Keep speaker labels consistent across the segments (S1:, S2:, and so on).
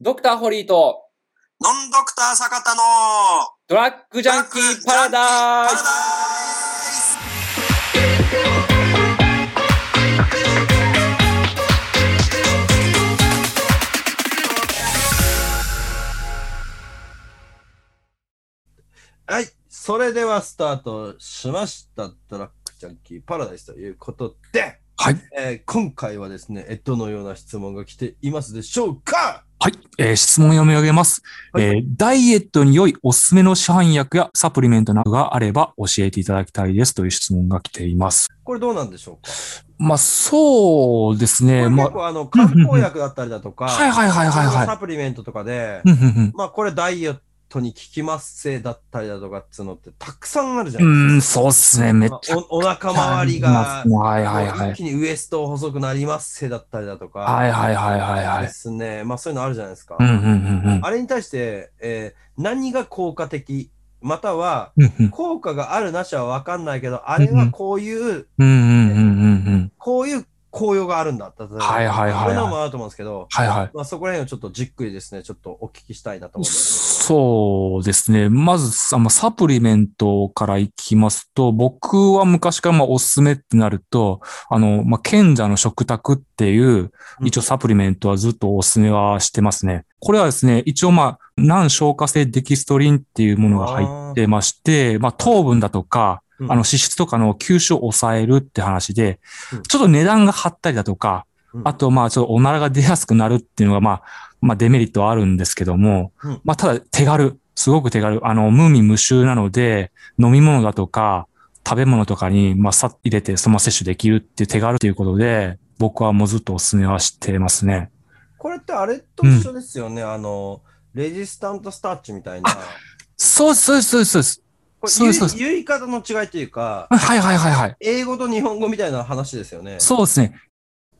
S1: ドクターホリーと
S2: ノンドクター坂田の
S1: ドラッグジャンキーパラダイス
S3: はい。それではスタートしました。ドラッグジャンキーパラダイスということで、
S4: はい。
S3: えー今回はですね、えどのような質問が来ていますでしょうか
S4: はい。えー質問を読み上げます、
S3: はい
S4: えーダイエットに良いおすすめの市販薬やサプリメントなどがあれば教えていただきたいですという質問が来ています。
S3: これどうなんでしょうか、
S4: まあ、そうですね。
S3: これ
S4: ま
S3: 結
S4: あ、
S3: 構あの、漢方薬だったりだとか、
S4: はいはいはいはいはい
S3: サプリメントとかで、
S4: うんうん
S3: まあこれダイエットに効きますせだったりだとかっつうのってたくさんあるじゃ
S4: う
S3: ない
S4: ん。う
S3: で
S4: ん、
S3: すか。
S4: そうですね。めっちゃ。
S3: おお腹周りが、
S4: はいはいは
S3: 一
S4: い。
S3: 気にウエスト細くなりますせだったりだとか、
S4: はいはいはいはいは
S3: で
S4: い。
S3: すね。まあそういうのあるじゃないですか。
S4: うんうんうんうん
S3: あれに対して、えー何が効果的、または
S4: うんうん。
S3: 効果があるなしはわかんないけど、あれはこういう、
S4: うんうんうんうんうん。
S3: こういう効用があるんだった。
S4: はいはいはいはい
S3: こういうのもあると思うんですけど、
S4: はいはい。
S3: まあそこら辺をちょっとじっくりですね、ちょっとお聞きしたいなと思います。
S4: そうですね。まず、あのサプリメントからいきますと、僕は昔からまあおすすめってなると、あの、まあ、賢者の食卓っていう、
S3: うん
S4: 一応サプリメントはずっとおすすめはしてますね。これはですね、一応まあ、難消化性デキストリンっていうものが入ってまして、まあ、糖分だとか、
S3: う
S4: あ
S3: ん
S4: の、脂質とかの吸収を抑えるって話で
S3: うん、
S4: ちょっと値段が張ったりだとか、
S3: うん
S4: あと、まあ、ちょっとおならが出やすくなるっていうのが、まあ、まあ、デメリットはあるんですけども、
S3: うん
S4: まあ、ただ、手軽。すごく手軽。あの、無味無臭なので、飲み物だとか、食べ物とかに、まあ、さ、入れて、そのまま摂取できるっていう手軽ということで、僕はもうずっとお勧めはしてますね。
S3: これってあれと一緒ですよね、あの、レジスタントスタッチみたいな。
S4: そうです、そうです、そうですそうです。
S3: これ
S4: そうですそうです
S3: 言い言い方の違いというか、
S4: はいはいはいはい。
S3: 英語と日本語みたいな話ですよね。
S4: そうですね。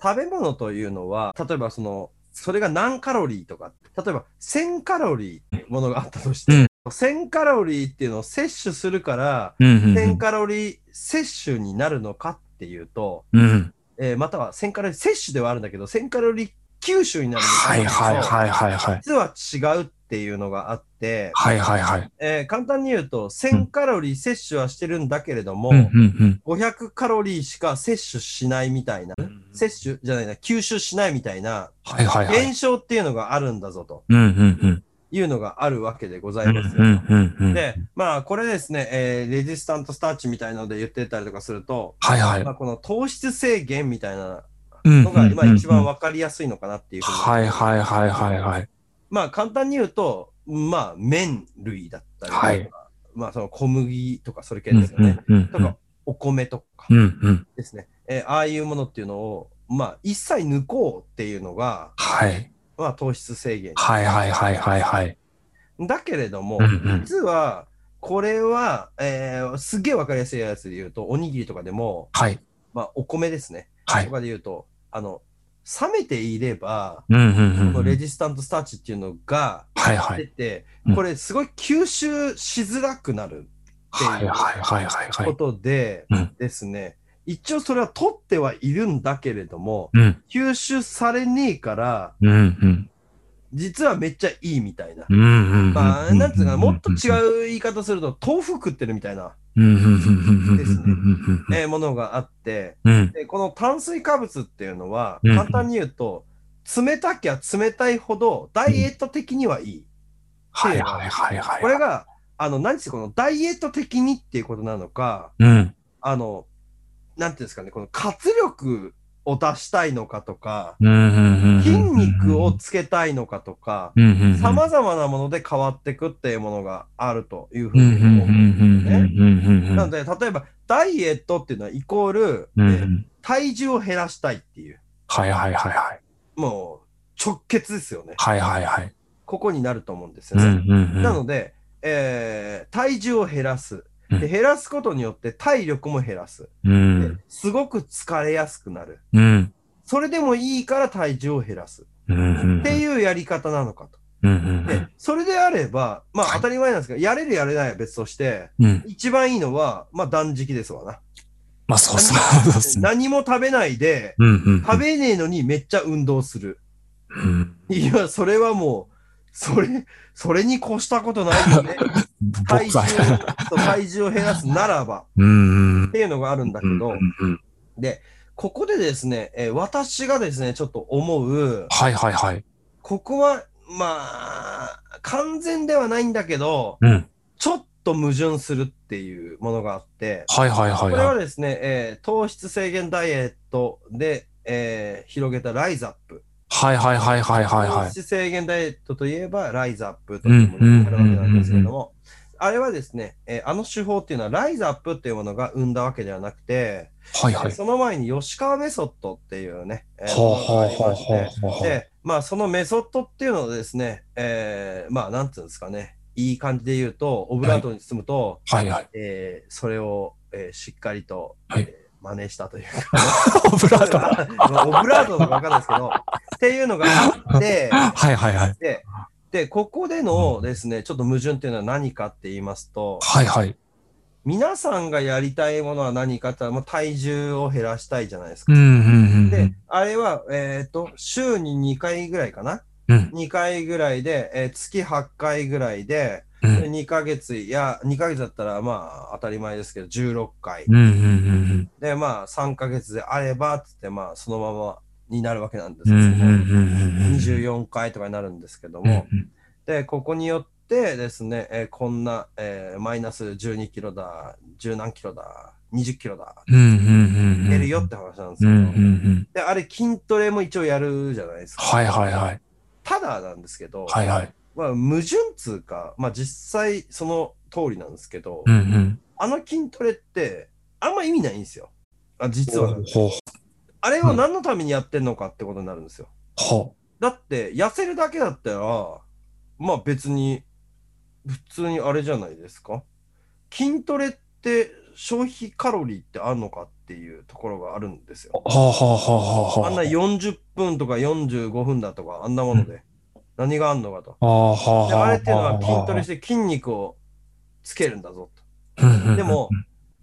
S3: 食べ物というのは、例えばその、それが何カロリーとか、例えば1000カロリーってものがあったとして、
S4: うん
S3: 1000カロリーっていうのを摂取するから、
S4: うん、うん
S3: 1000カロリー摂取になるのかっていうと、
S4: うん。うん。
S3: えーまたは1000カロリー摂取ではあるんだけど、1000カロリー吸収になるのか
S4: はいはいはいはいはい。
S3: 実は違うっていうのがあって、
S4: はいはいはい。
S3: えー簡単に言うと、1000カロリー摂取はしてるんだけれども、
S4: うん、うん、
S3: 500カロリーしか摂取しないみたいな、
S4: うん。
S3: 摂取じゃないな、吸収しないみたいな
S4: はいはいはい。
S3: 現象っていうのがあるんだぞと
S4: うん、うん、うん。
S3: いうのがあるわけでござ
S4: う
S3: い
S4: ん
S3: ます。
S4: うんうんうん
S3: で、まあこれですね、えーレジスタントスターチみたいので言ってたりとかすると、
S4: はいはい
S3: ま。あ、この糖質制限みたいな
S4: うん
S3: のが今一番
S4: は
S3: わかりやすいのかなっていうふうに、
S4: はいはいはいはいはい。
S3: まあ簡単に言うと、まあ麺類だったりとか、
S4: はい
S3: まあその小麦とかそれ系
S4: うん
S3: ですよね。
S4: うんうん
S3: とかお米とか
S4: うんうん。
S3: ですね、えーああいうものっていうのを、まあ一切抜こうっていうのが、
S4: はい。
S3: まあ糖質制限。
S4: はいはいはいはいはい。
S3: だけれども、
S4: うんうん。
S3: 実は、これは、えーすげえわかりやすいやつで言うと、おにぎりとかでも、
S4: はい。
S3: まあ、お米ですね。
S4: は
S3: と
S4: い。
S3: かで言うと、あの、冷めていれば、
S4: うんうん
S3: こ
S4: う
S3: の
S4: んう
S3: レ
S4: ん。
S3: ジスタントスターチっていうのが
S4: はいは
S3: 出
S4: い。
S3: て、
S4: うん
S3: これすごい吸収しづらくなる
S4: はいはいはいはいは
S3: こ
S4: い。
S3: とで
S4: うん
S3: ですね、一応それは取ってはいるんだけれども、
S4: うん
S3: 吸収されねえから、
S4: うんうん。
S3: 実はめっちゃいいみたいな。
S4: うんうんうん。
S3: まあ、なんつうかな、もっと
S4: う。
S3: 違う言い方すると、豆腐食ってるみたいな、
S4: うんうんうんうんうん
S3: えーものがあって、
S4: うん。うん。
S3: でこの炭水化物っていうのは、
S4: うん
S3: 簡単に言うと、冷たきゃ冷たいほどダイエット的にはいい。
S4: はいはいはいはい。
S3: これ。が、あの、何せこのダイエット的にっていうことなのか、
S4: うん。
S3: あの、なんていうんですかね、この活力を出したいのかとか、
S4: うんうんうん。
S3: 筋肉を。つけたいのかとか、
S4: うんうん。
S3: さまざまなもので変わってくっていうものがあるというふう
S4: うん
S3: に
S4: うん
S3: 思
S4: う
S3: うんんですよ
S4: うん
S3: ね。
S4: うんうん。
S3: なので、例えば、ダイエットっていうのはイコール、
S4: う
S3: えー
S4: ん。
S3: 体重を減らしたいっていう。
S4: はいはいはいはい。
S3: もう直結ですよね。
S4: はいはいはい。
S3: ここになると思うんです
S4: う
S3: よ
S4: ん
S3: ね。
S4: うんうん。
S3: なので、えー体重を減らす。
S4: う
S3: で
S4: ん
S3: 減らすことによって体力も減らす。
S4: うん。
S3: ですごく疲れやすくなる。
S4: うん。
S3: それでもいいから体重を減らす。
S4: っ
S3: っていうやり方なのかと。で
S4: う、
S3: それであれば、まあ
S4: はい
S3: 当たり前なんですけど、やれるやれないは別として、
S4: ん。
S3: 一番いいのは、まあ断食ですわな。
S4: まあ、そうそうですね。
S3: 何も食べないで、
S4: うんうん。
S3: 食べねえのにめっちゃ運動する。
S4: うん
S3: いや、それはもう、それ、それに越したことないよ ね。体重
S4: 僕は。
S3: そう体重を減らすならば、
S4: うん。う
S3: っていうのがあるんだけ
S4: ん
S3: ど
S4: う、んうん
S3: で、ここでですね、えー私がですね、ちょっと思う、
S4: はいはいはい。
S3: ここは、まあ、完全ではないんだけど、
S4: うん。
S3: ちょっと矛盾するっていうものがあって、
S4: はいはい
S3: こ
S4: はい
S3: れは
S4: はい。
S3: ですね、えー糖質制限ダイエットで、えー広げたライズアップ。
S4: はいはいはいはいはいは
S3: 糖
S4: い。
S3: 質制限ダイエットといえば、ライズアップというものがあるわけなんですけども、あれはですね、えーあの手法っていうのは、ライズアップっていうものが生んだわけではなくて、
S4: はいはい。
S3: その前に吉川メソッドっていうね、えー
S4: ほう
S3: ものが
S4: ほう
S3: あり
S4: ほう
S3: まして
S4: ほうほうほう。
S3: で、まあ、そのメソッドっていうのをですね、えーまあ、なんていうんですかね、いい感じで言うと、オブラートに包むと、
S4: はいはい。
S3: えーそれを、えーしっかりと、
S4: はい
S3: えー真似したというか、
S4: オブラート。は
S3: まあオブラートとかわかんないですけど、っていうのがあって、
S4: い はいはい。
S3: で、でここでのですね、ちょっと矛盾っていうのは何かって言いますと、
S4: はいはい。
S3: 皆さんがやりたいものは何かって言ったら、まあ、体重を減らしたいじゃないです
S4: う
S3: か。
S4: んうんうんう
S3: で
S4: ん。、
S3: あれは、えっ、と、週に2回ぐらいかな
S4: うん。
S3: 2回ぐらいで、えー月8回ぐらいで、
S4: うん。
S3: 2ヶ月、いや、2ヶ月だったら、まあ、当たり前ですけど、16回。
S4: うんうんうん
S3: で、まあ、3ヶ月であれば、つって、まあ、そのままになるわけなんです
S4: うん。う
S3: け
S4: ん
S3: ど
S4: うん
S3: も、
S4: うんうん。
S3: 24回とかになるんですけど
S4: うんう
S3: も、
S4: ん。
S3: で、ここによってですね、えーこんな、えーマイナス12キロだ、10何キロだ、20キロだ、
S4: うんうんうん。
S3: 減るよって話なんですけ
S4: うん
S3: ど、
S4: うんうん。
S3: で、あれ、筋トレも一応やるじゃないですか。
S4: はいはいはい。
S3: ただなんですけど、
S4: はいはい。
S3: まあ、矛盾つうか、まあ、実際その通りなんですけど、
S4: うんうん。
S3: あの筋トレってあんま意味ないんですよ。あ実は。
S4: ほう
S3: あれを何のためにやってんのかってことになるんですよ。
S4: ほ
S3: だって、痩せるだけだったら、まあ別に、普通にあれじゃないですか。筋トレって消費カロリーってあんのかっていうところがあるんですよ。
S4: う。ほうほうほうほうほう。
S3: あんな40分とか45分だとか、あんなもので、何があんのかと。
S4: ああ、は
S3: であれっていうのは筋トレして筋肉をつけるんだぞと。
S4: て
S3: でも、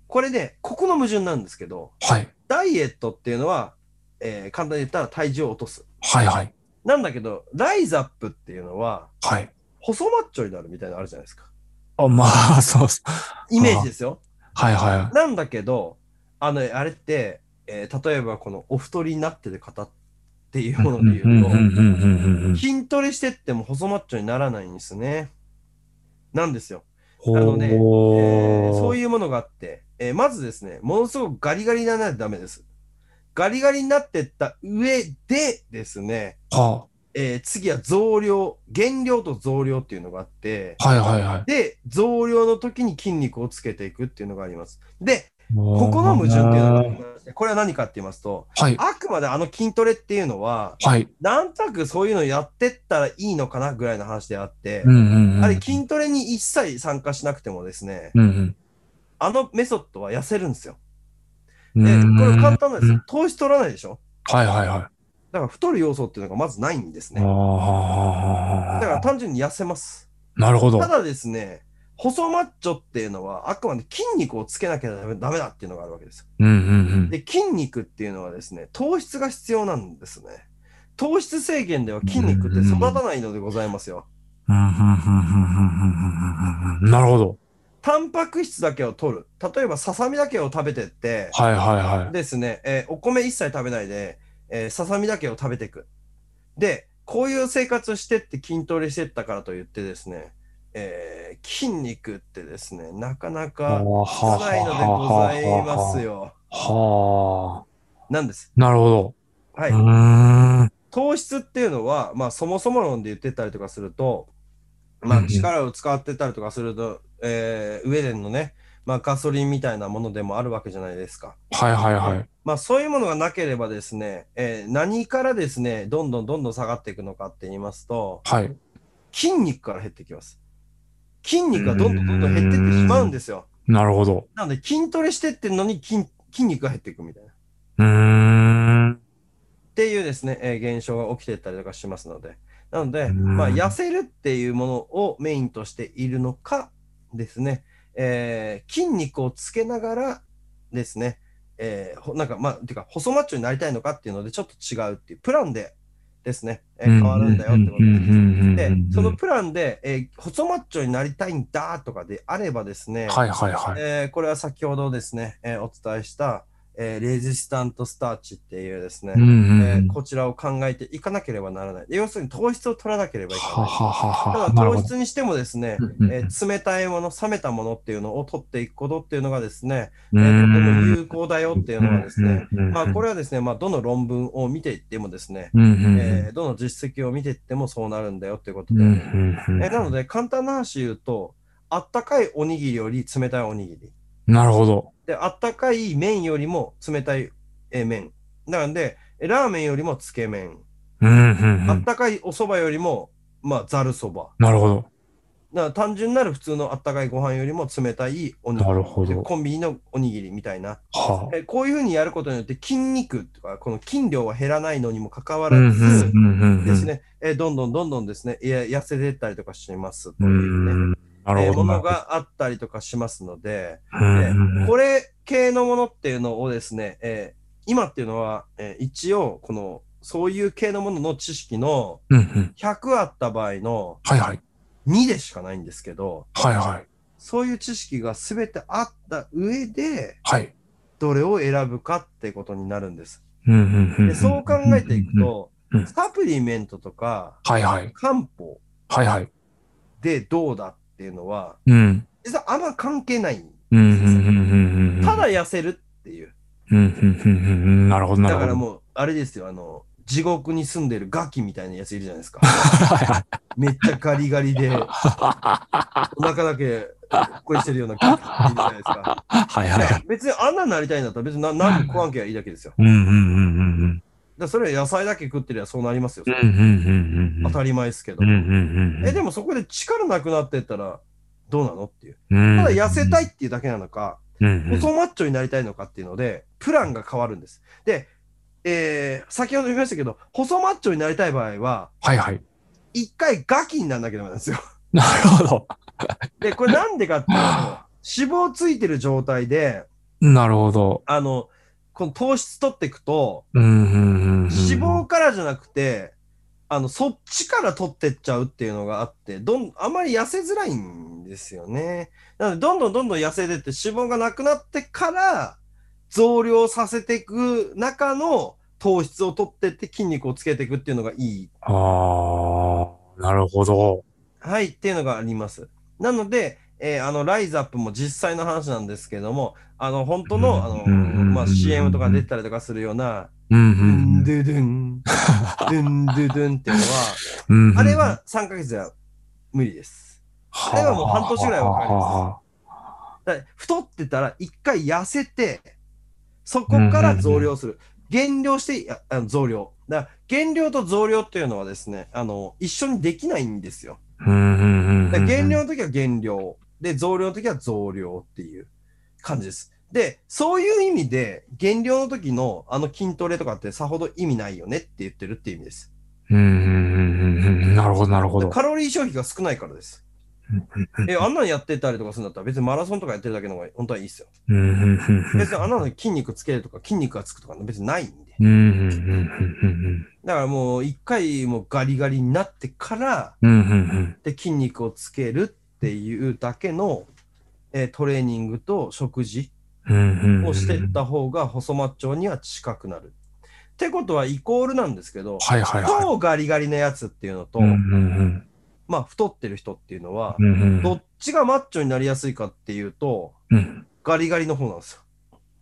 S3: これで、ここの矛盾なんですけど、
S4: はい、
S3: ダイエットっていうのは、えー簡単に言ったら体重を落とす。
S4: はい、はい、
S3: なんだけど、ライズアップっていうのは、
S4: はい。
S3: 細マッチョになるみたいなのあるじゃないですか。
S4: あまあ、そうそう。
S3: イメージですよ。
S4: はい、は
S3: なんだけど、あの、あれって、えー例えばこのお太りになってる方っていう
S4: い。
S3: もので
S4: うん
S3: 言
S4: うんうん
S3: う
S4: うんうんうん
S3: と、筋トレしてっても細マッチョにならないんですね。なんですよ。
S4: ほう
S3: あのねえーそう
S4: いう。
S3: いうものがあって、えーまずですね、ものすごくガリガリにならないとダメです。ガリガリになってった上でですね、
S4: は
S3: えー次は増量、減量と増量っていうのがあって、
S4: あ、はい、はい、はい。
S3: で、増量の時に筋肉をつけていくっていうのがあります。で、
S4: こ
S3: ここの矛盾っていうのがありまして、これは何かって言いますと、
S4: はい、
S3: あくまであの筋トレっていうのは、
S4: はい。
S3: なんとなくそういうのやってったらいいのかなぐらいの話であって
S4: う、んうんうん。
S3: あれ筋トレに一切参加しなくてもですね、
S4: うん
S3: あのメソッドは痩せるんですよ。
S4: う
S3: で、
S4: ん。
S3: これ簡
S4: は
S3: 単なんですよ。糖質取らないでしょ
S4: い、はい、はい。
S3: だから太る要素っていうのがまずないんです
S4: あ
S3: ね。だから
S4: あ、
S3: 単純に痩せます。
S4: なるほど
S3: た。だですね、細マッチョっていうのはあくまで筋肉をつけなきゃダメダメだっていうのがあるわけですよ。
S4: うんうん
S3: で、筋肉っていうのはですね、糖質が必要なんですね。糖質制限では筋肉って育たないのでございますよ。
S4: うん。なるほど。
S3: タンパク質だけを取る。例えばささみだけを食べてって、
S4: はい、はい、はい。
S3: ですね、えーお米一切食べないで、えーささみだけを食べていく。で、こういう生活してって筋トレしてったからといってですね、えー筋肉ってですね、なかなかつらいのでございますよ。
S4: はあ、
S3: なんです。
S4: なるほ
S3: は
S4: ど。
S3: い。
S4: うーん。
S3: 糖質っていうのは、まあそもそも論で言ってたりとかすると、ま
S4: う
S3: あ
S4: んうん
S3: 力を使ってたりとかすると、えー、上でのね、まあガソリンみたいなものでもあるわけじゃないですか。
S4: はいはいはい。
S3: まあ、そういうものがなければですね、えー何からですね、どんどんどんどん下がっていくのかって言いますと、
S4: はい。
S3: 筋肉から減ってきます。筋肉がどんどんどんどん減ってってしまうんですよ。
S4: なるほど。
S3: なので、筋トレしてってんのに筋筋肉が減っていくみたいな。っ
S4: うーん。
S3: ていうですね、えー現象が起きてったりとかしますので。なので、
S4: うん
S3: まあ、痩せるっていうものをメインとしているのかですね、えー筋肉をつけながらですね、えーほなんか、まあ、てか、細マッチョになりたいのかっていうので、ちょっと違うっていう、プランでですね、えー変わるんだよってことです。で
S4: で、
S3: そのプランで、えー細マッチョになりたいんだとかであればですね、
S4: はいはいはい。
S3: えーこれは先ほどですね、えーお伝えした、えーレジスタントスターチっていうですね、
S4: うんうん
S3: え
S4: うん
S3: ーこちらを考えていかなければならない。要するに糖質を取らなければいけ
S4: は
S3: な。
S4: はいはは
S3: た
S4: は。
S3: だ
S4: なる
S3: 糖
S4: ほど。
S3: 質にしてもですね、
S4: うん
S3: えー冷たいもの、冷めたものっていうのを取っていくことっていうのがですね、
S4: う
S3: えーとても
S4: ん
S3: 有効だよっていうのがですね、
S4: うんうんうん
S3: まあ、これはですね、まあ、どの論文を見ていってもですね、
S4: うんうんうん
S3: えーどの実績を見ていってもそうなるんだよっていうこと
S4: うん
S3: で、
S4: うんうん
S3: えーなので簡単な話言うと、あったかいおにぎりより冷たいおにぎり。
S4: なるほど。
S3: で、あったかい麺よりも冷たいえー麺。なので、えーラーメンよりもつけ麺。
S4: うんうんう
S3: あっ
S4: ん
S3: たかいお蕎麦よりも、まあ、ざるそば。
S4: なるほど。
S3: だから単純なる普通のあったかいご飯よりも冷たいおにぎ
S4: な
S3: り。
S4: るほど。
S3: コンビニのおにぎりみたいな。
S4: はあ。
S3: えーこういうふうにやることによって筋肉とか、この筋量は減らないのにもかかわ
S4: う
S3: ら
S4: んうん
S3: ず、
S4: うんうんう
S3: です
S4: ん
S3: ね、えーどんどんどんどんですね、いや痩せていったりとかしますと
S4: う
S3: いうね、
S4: ん。な
S3: え
S4: る
S3: ー
S4: ほど
S3: も
S4: な
S3: の
S4: るほど。
S3: があったりとかしますので、
S4: うんうんうん
S3: これ系のものっていうのをですね、えー今っていうのは、えー一応、この、そういう系のものの知識の
S4: うんうん
S3: 100あった場合の
S4: はいはい。
S3: 2でしかないんですけど、
S4: はいはい。
S3: そういう知識が全てあった上で、
S4: はい。
S3: どれを選ぶかってことになるんです。
S4: うんうんうんう
S3: で
S4: ん
S3: そう考えていく。と
S4: うんうん、
S3: サプリメントとか
S4: はいはい。
S3: 漢方、
S4: はいはい。
S3: でどうだっていうのは、
S4: うん。
S3: 実はあんま関係ない。
S4: うんうんうんうんうん。
S3: ただ痩せるっていう。
S4: うんうんうんうん。なるほどなる
S3: だ
S4: ほ
S3: か
S4: ど。
S3: らもう、あれですよ、あの、地獄に住んでるガキみたいなやついるじゃないですか。
S4: はいはい
S3: めっちゃガリガリ で、お腹だけこりしてるようなガキいるじゃないですか。
S4: はいはいはい。
S3: 別にあんなになりたいんだったら別にな何も食わんけりゃいいだけですよ。だか
S4: うんうんうんうんうん。
S3: らそれは野菜だけ食ってりゃそうなりますよ。
S4: うんうんうんうんうん。
S3: 当たり前ですけど
S4: うん。うんうん。
S3: え、でもそこで力なくなってったらどうなのっていう。
S4: うん、
S3: ただ痩せたいっていうだけなのか、
S4: うんうん
S3: 細マッチョになりたいのかっていうので、プランが変わるんです。で、えー先ほど言いましたけど、細マッチョになりたい場合は、
S4: はいはい。
S3: 一回ガキにならなきゃダメなんですよ。
S4: なるほど。
S3: で、これなんでかっていう と、脂肪ついてる状態で、
S4: なるほど。
S3: あの、この糖質取っていくと、
S4: うんうんうんうん。
S3: 脂肪からじゃなくて、あの、そっちから取ってっちゃうっていうのがあって、どん、あまり痩せづらいんですよね。なので、どんどんどんどん痩せてって脂肪がなくなってから、増量させていく中の糖質を取ってって筋肉をつけていくっていうのがいい。
S4: ああ、なるほど。
S3: はい、っていうのがあります。なので、えーあの、ライズアップも実際の話なんですけども、あの、本当の、あの、
S4: うん
S3: まあ、CM とか出てたりとかするような、
S4: うん
S3: ドゥン
S4: う
S3: ドゥドゥン、ドゥンドゥドゥンっていうのは、
S4: んうん。
S3: あれ、は3ヶ月では無理です。あれはもう半年ぐらいはかかりますだから太ってたら一回痩せて、そこから増量する。減量して、いやあの増量。だから減量と増量っていうのはですね、あの、一緒にできないんですよ。
S4: ります。うんうんうん
S3: だか
S4: うん。
S3: ら減量の時は減量。で、増量の時は増量っていう感じです。で、そういう意味で、減量の時のあの筋トレとかってさほど意味ないよねって言ってるって意味です。
S4: うんうんうんうんうん。なるほど、なるほど。
S3: カロリー消費が少ないからです。え、あんなんやってたりとかするんだったら別にマラソンとかやってるだけの方が本当はいいですよ。
S4: うんうんうんうん。
S3: 別にあんなの筋肉つけるとか筋肉がつくとか別にないんで。
S4: うんうんうん
S3: だからもう一回もうガリガリになってから、
S4: うんうん。うんうん
S3: で、筋肉をつけるっていうだけの、えートレーニングと食事
S4: うん。うんうんうん。
S3: をしていった方が細マッチョには近くなる。ってことはイコールなんですけど、
S4: はいはいはい。
S3: 超ガリガリなやつっていうのと、
S4: うんうん
S3: まあ太ってる人っていうのは
S4: う、ん。うん
S3: どっちがマッチョになりやすいかっていうと、
S4: うん。
S3: ガリガリの方なんです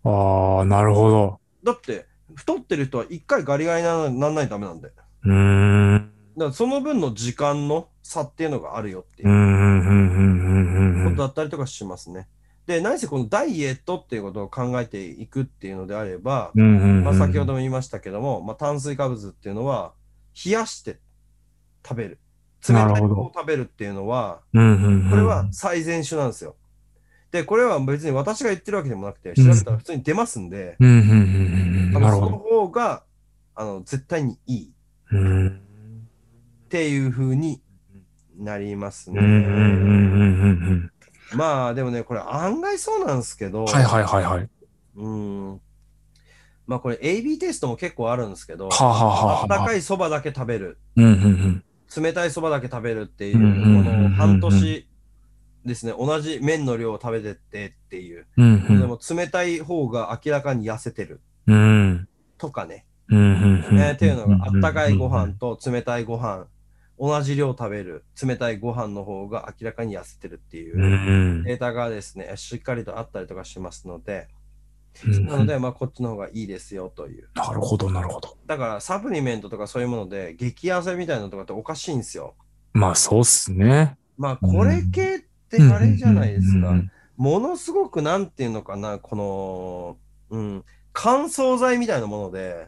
S3: よ。
S4: ああ、なるほど。
S3: だって、太ってる人は一回ガリガリにななんないとダメなんで。だか
S4: うーん。うん
S3: らその分の時間の差っていうのがあるよって
S4: う
S3: いうん
S4: うんうんうんう
S3: こ
S4: ん
S3: と。だったりとかしますね。で、何せこのダイエットっていうことを考えていくっていうのであれば、
S4: うんうんうん
S3: まあ、先ほども言いましたけども、まあ、炭水化物っていうのは冷やして食べる。冷
S4: な
S3: た
S4: る
S3: い
S4: ほど
S3: ものを食べるっていうのは、
S4: うんうんうん
S3: これは最善種なんですよ。で、これは別に私が言ってるわけでもなくて、調べたら普通に出ますんで、
S4: うんうんうんう
S3: あ
S4: ん。な
S3: の
S4: る
S3: そ
S4: ほ
S3: の
S4: ど。
S3: 方があの絶対にいい。
S4: うん
S3: っていう風になります
S4: うんうんうん
S3: ね。
S4: うんうんうん。
S3: まあでもね、これ案外そうなんですけど、
S4: はいはいはいはい。
S3: うんまあこれ AB テストも結構あるんですけど、
S4: はあ、はあは
S3: あ
S4: あ
S3: っ
S4: は
S3: た
S4: あ、
S3: かいそばだけ食べる、
S4: うんうんうん。
S3: 冷たいそばだけ食べるっていう、
S4: うんうんうんうん
S3: この半年ですね、同じ麺の量を食べてってっていう、
S4: うんう
S3: で
S4: ん。
S3: も冷たい方が明らかに痩せてる
S4: うん。
S3: とかね、
S4: うんうん。。
S3: ねっていうのがあったかいご飯と冷たいご飯、同じ量食べる、冷たいご飯の方が明らかに痩せてるっていううんデータがですね、しっかりとあったりとかしますので、
S4: うん。
S3: なので、まあこっちの方がいいですよという。
S4: なるほど、なるほど。
S3: だからサプリメントとかそういうもので、激痩せみたいなのとかっておかしいんですよ。
S4: まあ、そうっすね。
S3: まあこれ系ってあれじゃないです
S4: うんう
S3: か。
S4: ん
S3: ものすごくなんていうのかな、この、うん、乾燥剤みたいなもので、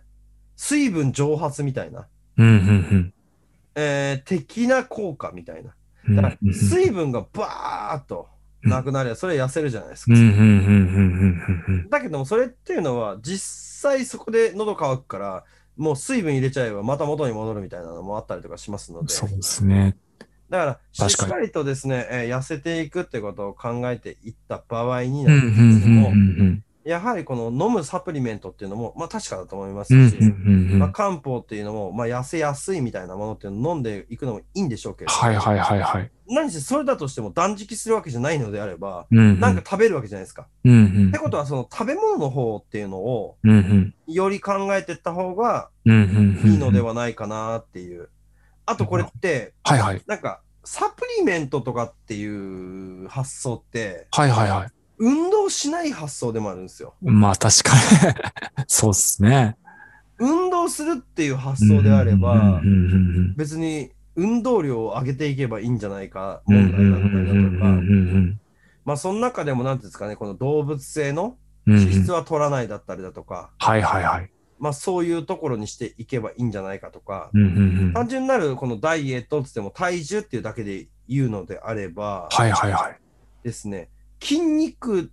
S3: 水分蒸発みたいな、
S4: うんうん
S3: えー的な効果みたいな。
S4: うん。
S3: だから
S4: うんうんうん
S3: 水分がバーっとなくなれば、それ痩せるじゃないですか
S4: うん。うんうんうんうん
S3: だけども、それっていうのは、実際そこで喉乾くから、もう水分入れちゃえばまた元に戻るみたいなのもあったりとかしますの
S4: うん。
S3: で、
S4: そうですね。
S3: だからしっ
S4: 確かに
S3: かりとですね、えー痩せていくってことを考えていった場合に
S4: う
S3: なん
S4: うんん
S3: ですけども、
S4: うん
S3: やはりこの飲むサプリメントっていうのも、まあ確かだと思いま
S4: うん。うん
S3: すし、
S4: うんうんう
S3: まあ、
S4: ん。
S3: 漢方っていうのも、まあ痩せやすいみたいなものっていうのを飲んでいくのもいいんでしょうけれど、
S4: はいはいはいはい。
S3: 何せそれだとしても断食するわけじゃないのであれば、
S4: うんうん。
S3: なんか食べるわけじゃないですか。
S4: うんうん。
S3: ってことは、その食べ物の方っていうのを、
S4: うんうん。
S3: より考えていった方が
S4: うんうんうん。
S3: いいのではないかなっていう。あとこれって、
S4: はいはい。
S3: なんか、サプリメントとかっていう発想って、
S4: はいはいはい。
S3: 運動しない発想でもあるんですよ。
S4: まあ確かに。 そうっすね。
S3: 運動するっていう発想であれば
S4: うん、うんうん
S3: 別に運動量を上げていけばいいんじゃないか、
S4: うん。
S3: 問題だったりだと
S4: うんうん
S3: か、
S4: うんうん
S3: まあその中でもなんていうんですかね、この動物性の
S4: うんうん
S3: 脂質は取らないだったりだとか、
S4: はいはいはい。
S3: まあそういうところにしていけばいいんじゃないかとか、
S4: うんうんうん
S3: 単純なるこのダイエットって言っても体重っていうだけで言うのであれば
S4: はいはいはい。
S3: ですね、筋肉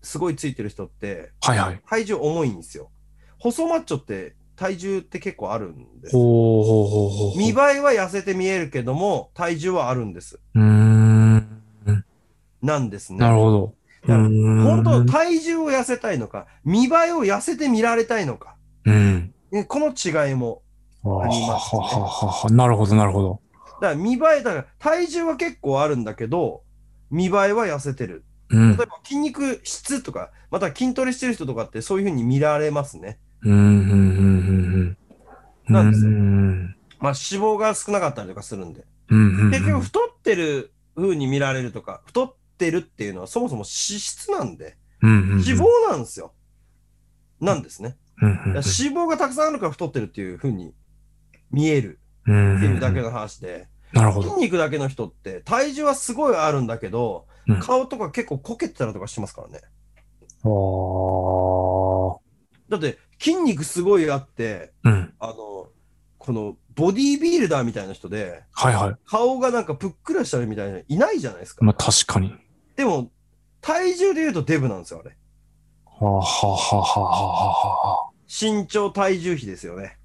S3: すごいついてる人って
S4: はいはい。
S3: 体重重いんですよ。細マッチョって体重って結構あるんです。
S4: ほうほうほうほうほう。
S3: 見栄えは痩せて見えるけども体重はあるんです。
S4: うーん。
S3: なんですね。
S4: なるほど。う
S3: だから
S4: ーん
S3: 本当体重を痩せたいのか、見栄えを痩せて見られたいのか、
S4: うん。
S3: ねこの違いも。
S4: は
S3: ありますね
S4: ははははなるほど、なるほど。
S3: だから見栄え、だから体重は結構あるんだけど、見栄えは痩せてる。
S4: う
S3: 例え
S4: ん。
S3: ば筋肉質とか、また筋トレしてる人とかってそういうふうに見られますね。
S4: うん、うん、うん、うん。
S3: なんですよ
S4: うん
S3: まあ脂肪が少なかったりとかするんで。
S4: うんうん。
S3: 結局太ってるふうに見られるとか、太ってるっていうのはそもそも脂質なんで、
S4: うんうんうん、
S3: 脂肪なんですよ。なんですね。
S4: うん
S3: だから脂肪がたくさんあるから太ってるっていうふうに見える
S4: うんうん、
S3: っていうだけ
S4: ん
S3: の話で、
S4: なるほ
S3: 筋
S4: ど。
S3: 肉だけの人って体重はすごいあるんだけど
S4: うん、
S3: 顔とか結構こけてたりとかしてますからね。
S4: あ
S3: だって筋肉すごいあって、
S4: あ。うん。
S3: あの、このボディービルダーみたいな人で、
S4: はいはい。
S3: 顔がなんかぷっくらしたりみたいな人いないじゃないですか。
S4: まあ確かに。
S3: でも、体重で言うとデブなんですよ、あれ。
S4: はあ、はあはあはあはあはあはあ。
S3: 身長体重比ですよね。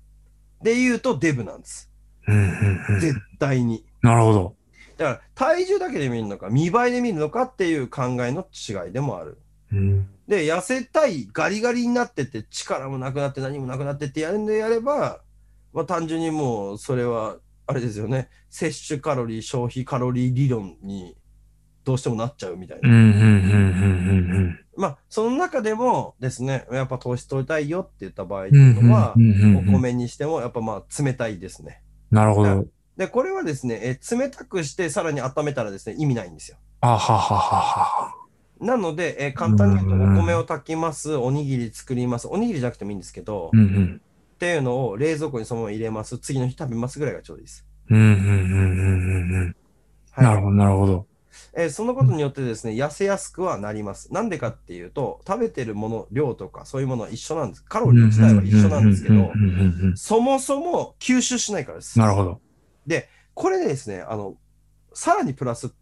S3: で言うとデブなんです。
S4: うんうんうん。
S3: 絶対に。
S4: なるほど。
S3: だから、体重だけで見るのか、見栄えで見るのかっていう考えの違いでもある。
S4: うん。
S3: で、痩せたい、ガリガリになってて、力もなくなって何もなくなってってやるんでやれば、まあ単純にもう、それは、あれですよね、摂取カロリー、消費カロリー理論にどうしてもなっちゃうみたいな
S4: うん、う。ん、うん、
S3: まあ、その中でもですね、やっぱ糖質取りたいよって言った場合って
S4: うん、うん。
S3: いうのは
S4: う、ん、うん
S3: お
S4: うんうん。
S3: 米にしても、やっぱまあ、冷たいですね。
S4: なるほど。
S3: で、これはですね、えー冷たくしてさらに温めたらですね、意味ないんですよ。
S4: あははははは。
S3: なので、えー簡単に言うと、
S4: う
S3: お
S4: ん
S3: 米を炊きます、おにぎり作ります、おにぎりじゃなくてもいいんですけど、
S4: う
S3: っ
S4: ん、うん。
S3: ていうのを冷蔵庫にそのまま入れます、次の日食べますぐらいがちょうどいいです。
S4: うん、うん、うん、うん、うんうん。
S3: はい、
S4: なるほど、なるほど。
S3: えーそのことによってですね、痩せやすくはなります。なんでかっていうと、食べてるもの、量とかそういうものは一緒なんです。カロリー自体は一緒なんですけ
S4: うんうん
S3: ど
S4: う、んうんうんうん
S3: そもそも吸収しないからです。
S4: なるほど。
S3: これでですね、あの、さらにプラス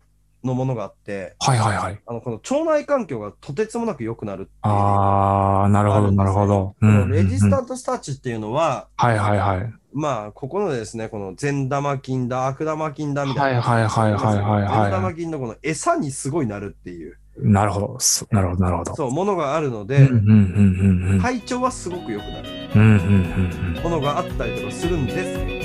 S3: のものがあって、
S4: はいはいはい。
S3: あの、この腸内環境がとてつもなく良くなるっていう。
S4: ああ、なるほど、なるほど。
S3: このレジスタ
S4: うんうんうん
S3: ントスターチっていうのは、
S4: はいはいはい。はい
S3: まあ、ここのですね、この善玉菌だ、悪玉菌だみた
S4: はいい
S3: な。
S4: はいはいはいはい
S3: 善
S4: は
S3: 玉菌のこの餌にすごいなるっていう。
S4: い。なるほど。そなるほど、なるほど。
S3: そう、ものがあるの
S4: うん
S3: で
S4: う、んうんうんうん。
S3: 体調はすごく良くなる。
S4: うんうんうんうん。
S3: ものがあったりとかするんですけど、